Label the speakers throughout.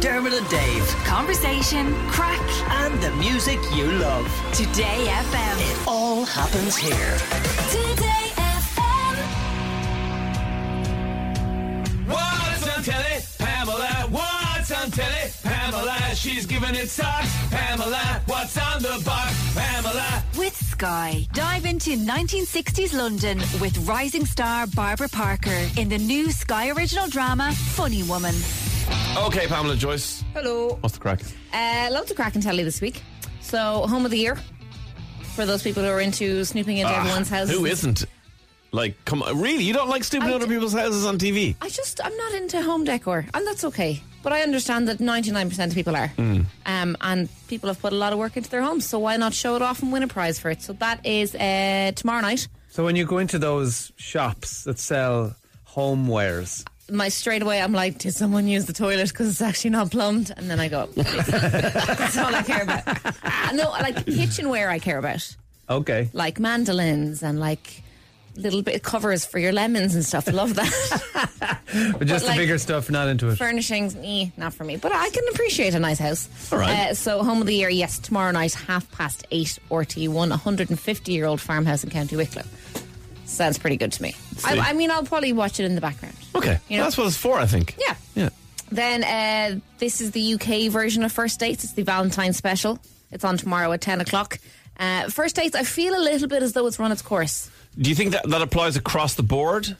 Speaker 1: Dermot and Dave,
Speaker 2: Conversation, crack,
Speaker 1: and the music you love.
Speaker 2: Today FM.
Speaker 1: It all happens here.
Speaker 2: Today FM.
Speaker 3: What's on telly? Pamela. What's on telly? Pamela. She's giving it socks. Pamela. What's on the box? Pamela.
Speaker 2: With Sky. Dive into 1960s London with rising star Barbara Parker in the new Sky original drama Funny Woman.
Speaker 3: Okay, Pamela Joyce.
Speaker 4: Hello.
Speaker 3: What's the crack?
Speaker 4: Uh, loads of crack and telly this week. So, home of the year for those people who are into snooping into everyone's house.
Speaker 3: Ah, Who isn't? Like, come on. Really? You don't like stupid
Speaker 4: I
Speaker 3: other
Speaker 4: d-
Speaker 3: people's houses on TV?
Speaker 4: I just, I'm not into home decor, and that's okay. But I understand that 99% of people are.
Speaker 3: Hmm.
Speaker 4: Um, and people have put a lot of work into their homes, so why not show it off and win a prize for it? So, that is uh, tomorrow night.
Speaker 5: So when you go into those shops that sell homewares,
Speaker 4: My straight away, I'm like, did someone use the toilet because it's actually not plumbed? And then I go, that's all I care about. Uh, No, like kitchenware, I care about.
Speaker 5: okay,
Speaker 4: like mandolins and like little bit covers for your lemons and stuff. Love that.
Speaker 5: but just
Speaker 4: like-
Speaker 5: the bigger stuff, not into it.
Speaker 4: Furnishings, eh, not for me. But I can appreciate a nice house.
Speaker 3: All right.
Speaker 4: Uh, so home of the year, yes, tomorrow night, half past eight, RT1, 150 year old farmhouse in County Wicklow. Sounds pretty good to me. I,
Speaker 3: See.
Speaker 4: I mean, I'll probably watch it in the background.
Speaker 3: Okay.
Speaker 4: You know-
Speaker 3: That's what it's for, I think.
Speaker 4: Yeah.
Speaker 3: Yeah.
Speaker 4: Then uh, this is the UK version of First Dates. It's the Valentine's special. It's on tomorrow at 10 o'clock. Uh, First Dates, I feel a little bit as though it's run its course.
Speaker 3: Do you think that, that applies across the board?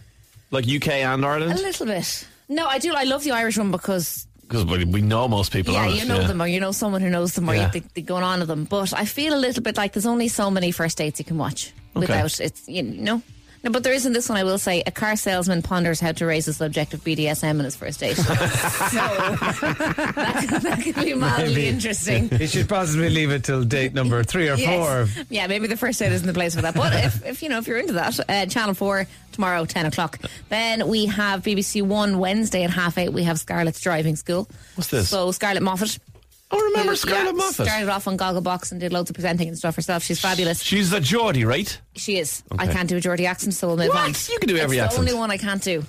Speaker 3: Like UK and
Speaker 4: A
Speaker 3: Ireland?
Speaker 4: little bit. No, I do. I love the Irish one because
Speaker 3: Because we, we know most people
Speaker 4: yeah,
Speaker 3: on it,
Speaker 4: you know them or you know someone who knows them or
Speaker 3: Yeah.
Speaker 4: you think they're going on to them. But I feel a little bit like there's only so many first dates you can watch
Speaker 3: Okay.
Speaker 4: without it's you know. No, but there is in this one. I will say, a car salesman ponders how to raise the subject of BDSM in his first date. so that, could- that could be mildly
Speaker 5: Maybe.
Speaker 4: interesting.
Speaker 5: You should possibly leave it till date number three or
Speaker 4: Yes.
Speaker 5: four.
Speaker 4: Yeah, maybe the first date isn't the place for that. But if, if you know if you're into that, uh, Channel Four tomorrow, ten o'clock. Then we have BBC One Wednesday at half eight. We have Scarlett's Driving School.
Speaker 3: What's this?
Speaker 4: So Scarlett Moffat.
Speaker 3: I Oh, remember
Speaker 4: who,
Speaker 3: Scarlett
Speaker 4: yeah,
Speaker 3: Moffat.
Speaker 4: started off on Gogglebox and did loads of presenting and stuff herself. She's fabulous.
Speaker 3: She's a Geordie, right?
Speaker 4: She is. I
Speaker 3: Okay.
Speaker 4: can't do a Geordie accent, so we'll move
Speaker 3: What?
Speaker 4: on.
Speaker 3: You can do every
Speaker 4: it's
Speaker 3: accent.
Speaker 4: The only one I can't do.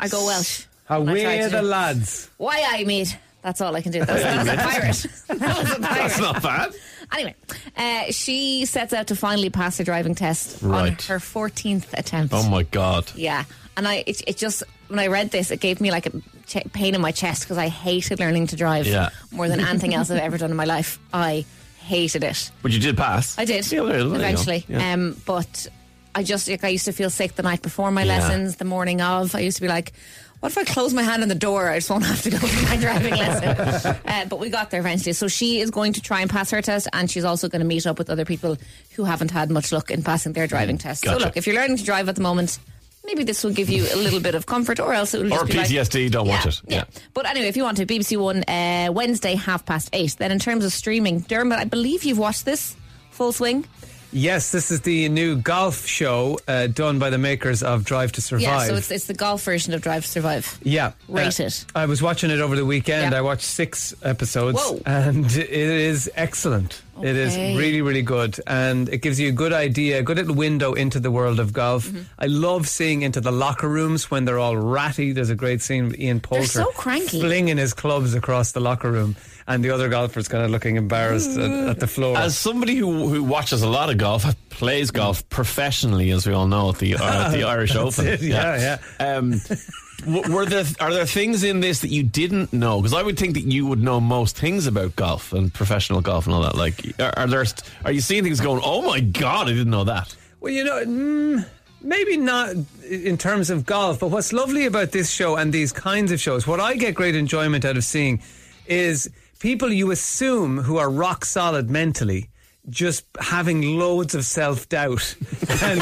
Speaker 4: I go Welsh.
Speaker 5: How
Speaker 4: And I tried
Speaker 5: we're
Speaker 4: to
Speaker 5: the
Speaker 4: do-
Speaker 5: lads.
Speaker 4: Why I made. That's all I can do. That was, that was a pirate. That was a pirate.
Speaker 3: That's not bad.
Speaker 4: Anyway, uh, she sets out to finally pass her driving test on
Speaker 3: Right.
Speaker 4: her 14th attempt.
Speaker 3: Oh, my God.
Speaker 4: Yeah. And I, it, it just, when I read this, it gave me like a ch- pain in my chest because I hated learning to drive
Speaker 3: Yeah.
Speaker 4: more than anything else I've ever done in my life. I hated it.
Speaker 3: But you did pass.
Speaker 4: I did
Speaker 3: Yeah, well, there you go.
Speaker 4: eventually.
Speaker 3: Yeah.
Speaker 4: Um, but I just, like, I used to feel sick the night before my
Speaker 3: Yeah.
Speaker 4: lessons, the morning of. I used to be like, what if I close my hand on the door? I just won't have to go to my driving lesson. Uh, but we got there eventually. So she is going to try and pass her test, and she's also going to meet up with other people who haven't had much luck in passing their driving test.
Speaker 3: Mm, Gotcha.
Speaker 4: So look, if you're learning to drive at the moment, maybe this will give you a little bit of comfort, or else it will just
Speaker 3: Or
Speaker 4: be like-
Speaker 3: PTSD, don't watch it.
Speaker 4: yeah. But anyway, if you want to, BBC One uh, Wednesday half past eight. Then in terms of streaming, Dermot, I believe you've watched this full swing.
Speaker 5: Yes, this is the new golf show uh, done by the makers of Drive to Survive.
Speaker 4: Yeah, so it's it's the golf version of Drive to Survive.
Speaker 5: Yeah.
Speaker 4: Rate
Speaker 5: Uh,
Speaker 4: it.
Speaker 5: I was watching it over the weekend.
Speaker 4: Yeah.
Speaker 5: I watched six episodes.
Speaker 4: Whoa.
Speaker 5: And it is excellent. It is
Speaker 4: Okay.
Speaker 5: really, really good. And it gives you a good idea, a good little window into the world of golf.
Speaker 4: Mm-hmm.
Speaker 5: I love seeing into the locker rooms when they're all ratty. There's a great scene with Ian Poulter.
Speaker 4: so cranky.
Speaker 5: Flinging his clubs across the locker room. And the other golfers kind of looking embarrassed at, at the floor.
Speaker 3: As somebody who who watches a lot of golf, plays golf professionally, as we all know at the uh, at the Irish Open.
Speaker 5: it, yeah,
Speaker 3: Um, w- were there are there things in this that you didn't know? Because I would think that you would know most things about golf and professional golf and all that. Like, are, are there st- are you seeing things going? Oh my god, I didn't know that.
Speaker 5: Well, you know, mm, maybe not in terms of golf, but what's lovely about this show and these kinds of shows, what I get great enjoyment out of seeing is people you assume who are rock solid mentally. Just having loads of self doubt, and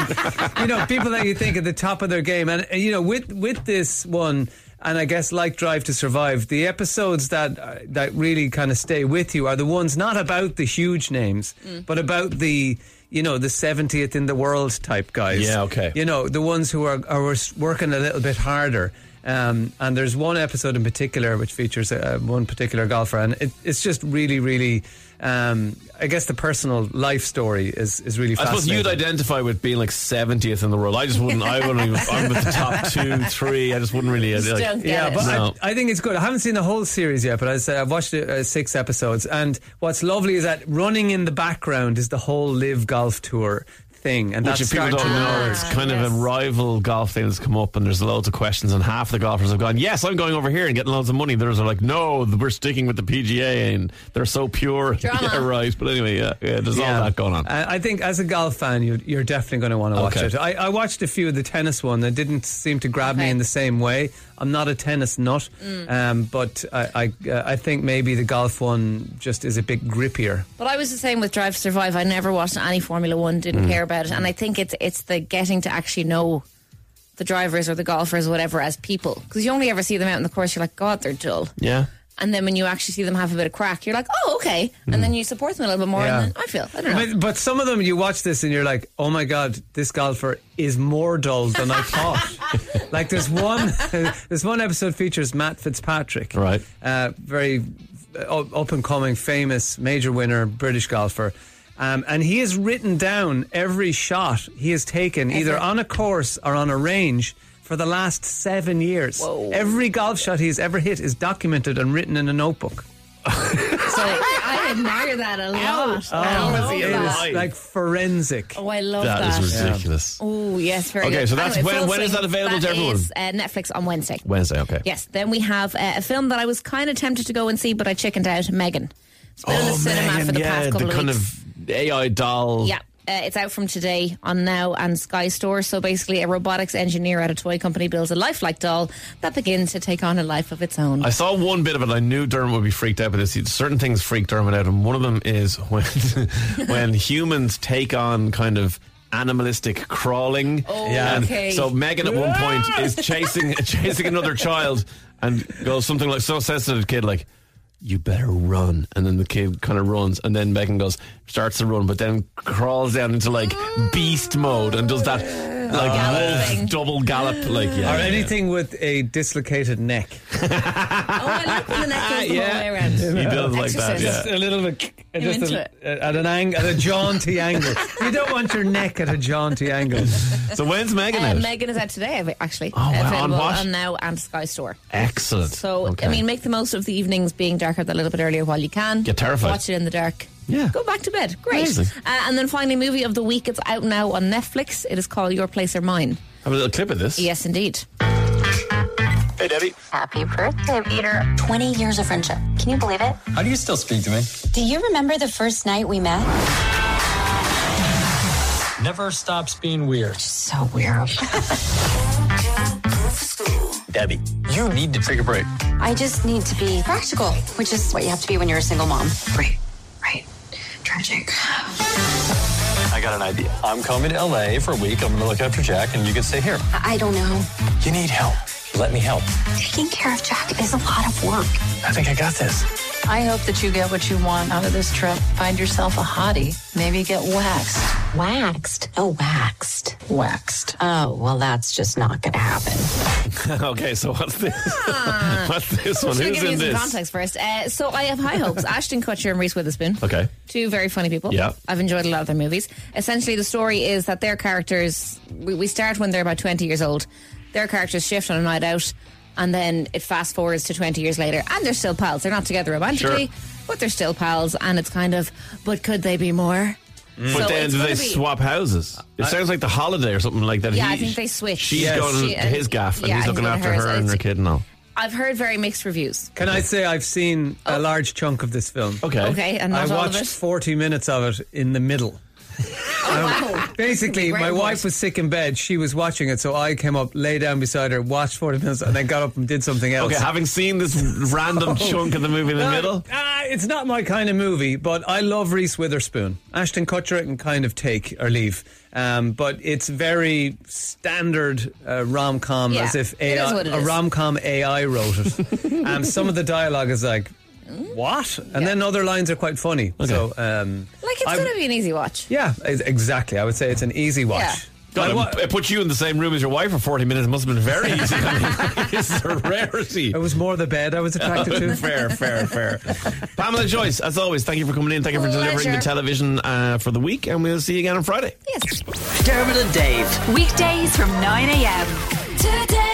Speaker 5: you know people that you think at the top of their game, and uh, you know with with this one, and I guess like Drive to Survive, the episodes that uh, that really kind of stay with you are the ones not about the huge names, but about the you know the 70th in the world type guys.
Speaker 3: Yeah, okay.
Speaker 5: You know the ones who are are working a little bit harder. Um, and there's one episode in particular which features uh, one particular golfer, and it, it's just really, really. Um, I guess the personal life story is is really.
Speaker 3: I
Speaker 5: Fascinating.
Speaker 3: suppose you'd identify with being like 70th in the world. I just wouldn't. I wouldn't even. I'm with the top two, three. I just wouldn't really. I'd be like,
Speaker 4: don't get
Speaker 5: Yeah,
Speaker 4: it.
Speaker 5: but
Speaker 3: No.
Speaker 5: I, I think it's good. I haven't seen the whole series yet, but as I say, I've watched uh, six episodes. And what's lovely is that running in the background is the whole Live Golf Tour thing, and
Speaker 3: Which, if
Speaker 5: that's
Speaker 3: people
Speaker 5: starting
Speaker 3: don't
Speaker 5: to
Speaker 3: know,
Speaker 4: Ah,
Speaker 5: emerge.
Speaker 3: it's kind of a rival golf thing that's come up, and there's loads of questions, and half the golfers have gone, "Yes, I'm going over here and getting loads of money." The others are like, "No, we're sticking with the PGA, and they're so pure."
Speaker 4: Drama.
Speaker 3: yeah, right. But anyway, yeah, yeah there's
Speaker 5: Yeah.
Speaker 3: all that going on.
Speaker 5: Uh, I think as a golf fan, you, you're definitely going to want to watch
Speaker 3: Okay.
Speaker 5: it. I, I watched a few of the tennis one that didn't seem to grab me
Speaker 4: Okay.
Speaker 5: in the same way. I'm not a tennis nut, um, but I I, uh, I think maybe the golf one just is a bit grippier.
Speaker 4: But I was the same with Drive to Survive. I never watched any Formula One, didn't care about it. And I think it's it's the getting to actually know the drivers or the golfers, or whatever, as people. Because you only ever see them out in the course, you're like, God, they're dull.
Speaker 3: yeah.
Speaker 4: And then when you actually see them have a bit of crack, you're like, oh, okay. And then you support them a little bit more.
Speaker 5: Yeah.
Speaker 4: And then I feel, I don't know.
Speaker 5: But, but some of them, you watch this and you're like, oh my God, this golfer is more dull than I thought. like there's one, there's one episode features Matt Fitzpatrick,
Speaker 3: Right.
Speaker 5: Uh, very uh, up and coming, famous, major winner, British golfer. Um, and he has written down every shot he has taken, either
Speaker 4: Ever.
Speaker 5: on a course or on a range, for the last seven years.
Speaker 4: Whoa.
Speaker 5: Every golf shot he has ever hit is documented and written in a notebook.
Speaker 4: so I admire that a lot. I love
Speaker 3: he
Speaker 5: It
Speaker 4: that.
Speaker 3: alive?
Speaker 5: is like forensic.
Speaker 4: Oh, I love that.
Speaker 3: that is ridiculous.
Speaker 4: Oh, yes, very
Speaker 3: Okay,
Speaker 4: good.
Speaker 3: so that's- when-
Speaker 4: Full
Speaker 3: when is
Speaker 4: Swing,
Speaker 3: that available
Speaker 4: that
Speaker 3: to everyone?
Speaker 4: is, uh, Netflix on Wednesday.
Speaker 3: Wednesday, okay.
Speaker 4: Yes, then we have uh, a film that I was kind of tempted to go and see, but I chickened out. Megan. It's been in the cinema
Speaker 3: Megan,
Speaker 4: for the
Speaker 3: Oh, yeah,
Speaker 4: past couple
Speaker 3: the
Speaker 4: of
Speaker 3: kind
Speaker 4: weeks.
Speaker 3: of AI doll.
Speaker 4: Yeah. Uh, it's out from today on Now and Sky Store. So basically, a robotics engineer at a toy company builds a lifelike doll that begins to take on a life of its own. Oh,
Speaker 3: I saw one bit of it. I knew Dermot would be freaked out by this. Certain things freak Dermot out, and one of them is when when humans take on kind of animalistic crawling.
Speaker 4: Oh,
Speaker 5: Yeah.
Speaker 3: And
Speaker 4: okay.
Speaker 3: So Megan at one point is chasing chasing another child and goes something like so says to the kid like you better run and then the kid kind of runs and then Megan goes starts to run but then crawls down into like beast mode and does that like
Speaker 4: Galloping.
Speaker 3: wolf double gallop like yeah,
Speaker 5: Or
Speaker 3: yeah, yeah.
Speaker 5: anything with a dislocated neck.
Speaker 4: oh, I like when the neck goes the
Speaker 3: Yeah.
Speaker 4: wrong way around.
Speaker 3: he does like that
Speaker 4: Exercise.
Speaker 3: yeah
Speaker 5: Just a little bit uh,
Speaker 4: You're
Speaker 5: just
Speaker 4: into
Speaker 5: a-
Speaker 4: it.
Speaker 5: uh, at an angle, at a jaunty angle. You don't want your neck at a jaunty angle.
Speaker 3: so when's Megan
Speaker 4: Uh,
Speaker 3: out?
Speaker 4: Megan is out today, av- actually.
Speaker 3: Oh, wow. On
Speaker 4: Available
Speaker 3: what?
Speaker 4: on Now and Sky Store.
Speaker 3: Excellent.
Speaker 4: So,
Speaker 3: Okay.
Speaker 4: I mean, make the most of the evenings being darker a little bit earlier while you can.
Speaker 3: Get terrified.
Speaker 4: Watch it in the dark.
Speaker 3: Yeah.
Speaker 4: Go back to bed. Great. Uh,
Speaker 3: Amazing.
Speaker 4: and then finally, movie of the week. It's out now on Netflix. It is called Your Place or Mine.
Speaker 3: have a little clip of this.
Speaker 4: Yes, indeed.
Speaker 6: Hey, Debbie.
Speaker 7: Happy birthday, Peter. 20 years of friendship. Can you believe it?
Speaker 8: How do you still speak to me?
Speaker 7: Do you remember the first night we met?
Speaker 8: Never stops being weird.
Speaker 7: So weird.
Speaker 6: Debbie. You need to take a break.
Speaker 7: I just need to be practical, which is what you have to be when you're a single mom. Right, right. Tragic.
Speaker 6: I got an idea. I'm coming to LA for a week. I'm going to look after Jack, and you can stay here.
Speaker 7: I I don't know.
Speaker 6: You need help. Let me help.
Speaker 7: Taking care of Jack is a lot of work.
Speaker 6: I think I got this.
Speaker 9: I hope that you get what you want out of this trip. Find yourself a hottie. Maybe get waxed.
Speaker 7: Waxed? Oh, waxed.
Speaker 9: Waxed.
Speaker 7: Oh, well, that's just not going to happen.
Speaker 3: okay, so what's this? what's this one?
Speaker 4: Ah. Should I
Speaker 3: Who's
Speaker 4: give you
Speaker 3: in
Speaker 4: some
Speaker 3: this?
Speaker 4: context first? Uh, so I have high hopes. Ashton Kutcher and Reese Witherspoon.
Speaker 3: Okay.
Speaker 4: Two very funny people.
Speaker 3: Yeah.
Speaker 4: I've enjoyed a lot of their movies. Essentially, the story is that their characters, we, we start when they're about 20 years old. Their characters shift on a night out, and then it fast forwards to 20 years later, and they're still pals. They're not together romantically,
Speaker 3: Sure.
Speaker 4: but they're still pals, and it's kind of, but could they be more?
Speaker 3: But
Speaker 4: Mm. So
Speaker 3: then
Speaker 4: it's
Speaker 3: do they
Speaker 4: gonna be- Uh,
Speaker 3: swap houses? It sounds like the holiday or something like that.
Speaker 4: Yeah, I think they switch.
Speaker 3: She's
Speaker 5: Yes.
Speaker 3: going
Speaker 4: She-
Speaker 3: to his gaff and
Speaker 4: yeah,
Speaker 3: he's looking
Speaker 4: going to
Speaker 3: after
Speaker 4: hers.
Speaker 3: her and her
Speaker 4: It's-
Speaker 3: kid and all.
Speaker 4: I've heard very mixed reviews.
Speaker 5: Can I say I've seen a large chunk of this film?
Speaker 3: Okay.
Speaker 4: Oh. Okay, and
Speaker 5: I
Speaker 4: not all of
Speaker 5: watched
Speaker 4: it.
Speaker 5: 40 minutes of it in the middle.
Speaker 4: Oh, wow.
Speaker 5: Basically,
Speaker 4: Great
Speaker 5: my
Speaker 4: voice.
Speaker 5: wife was sick in bed. She was watching it, so I came up, lay down beside her, watched 40 minutes, and then got up and did something else.
Speaker 3: Okay, having seen this random chunk of the movie in the
Speaker 5: Uh,
Speaker 3: middle.
Speaker 5: uh, it's not my kind of movie, but I love Reese Witherspoon. Ashton Kutcher can kind of take or leave, um, but it's very standard uh, rom com,
Speaker 4: Yeah,
Speaker 5: as if
Speaker 4: it is
Speaker 5: AI,
Speaker 4: what it
Speaker 5: a
Speaker 4: is.
Speaker 5: rom com AI wrote it. um, some of the dialogue is like, "What?" and then other lines are quite funny. So, um,
Speaker 4: Like, it's
Speaker 5: I'm-
Speaker 4: going to be an easy watch.
Speaker 5: yeah, e- exactly. I would say it's an easy watch.
Speaker 4: Yeah.
Speaker 3: God,
Speaker 5: I
Speaker 3: it-
Speaker 5: wa-
Speaker 3: it put you in the same room as your wife for 40 minutes. It must have been very easy. it's a rarity.
Speaker 5: It was more the bed I was attracted to.
Speaker 3: fair, fair, fair. Pamela Joyce, as always, thank you for coming in. Thank you for delivering the
Speaker 4: Pleasure.
Speaker 3: television uh, for the week, and we'll see you again on Friday.
Speaker 4: Yes.
Speaker 1: Dermot and Dave.
Speaker 2: Weekdays from 9 a.m. Today.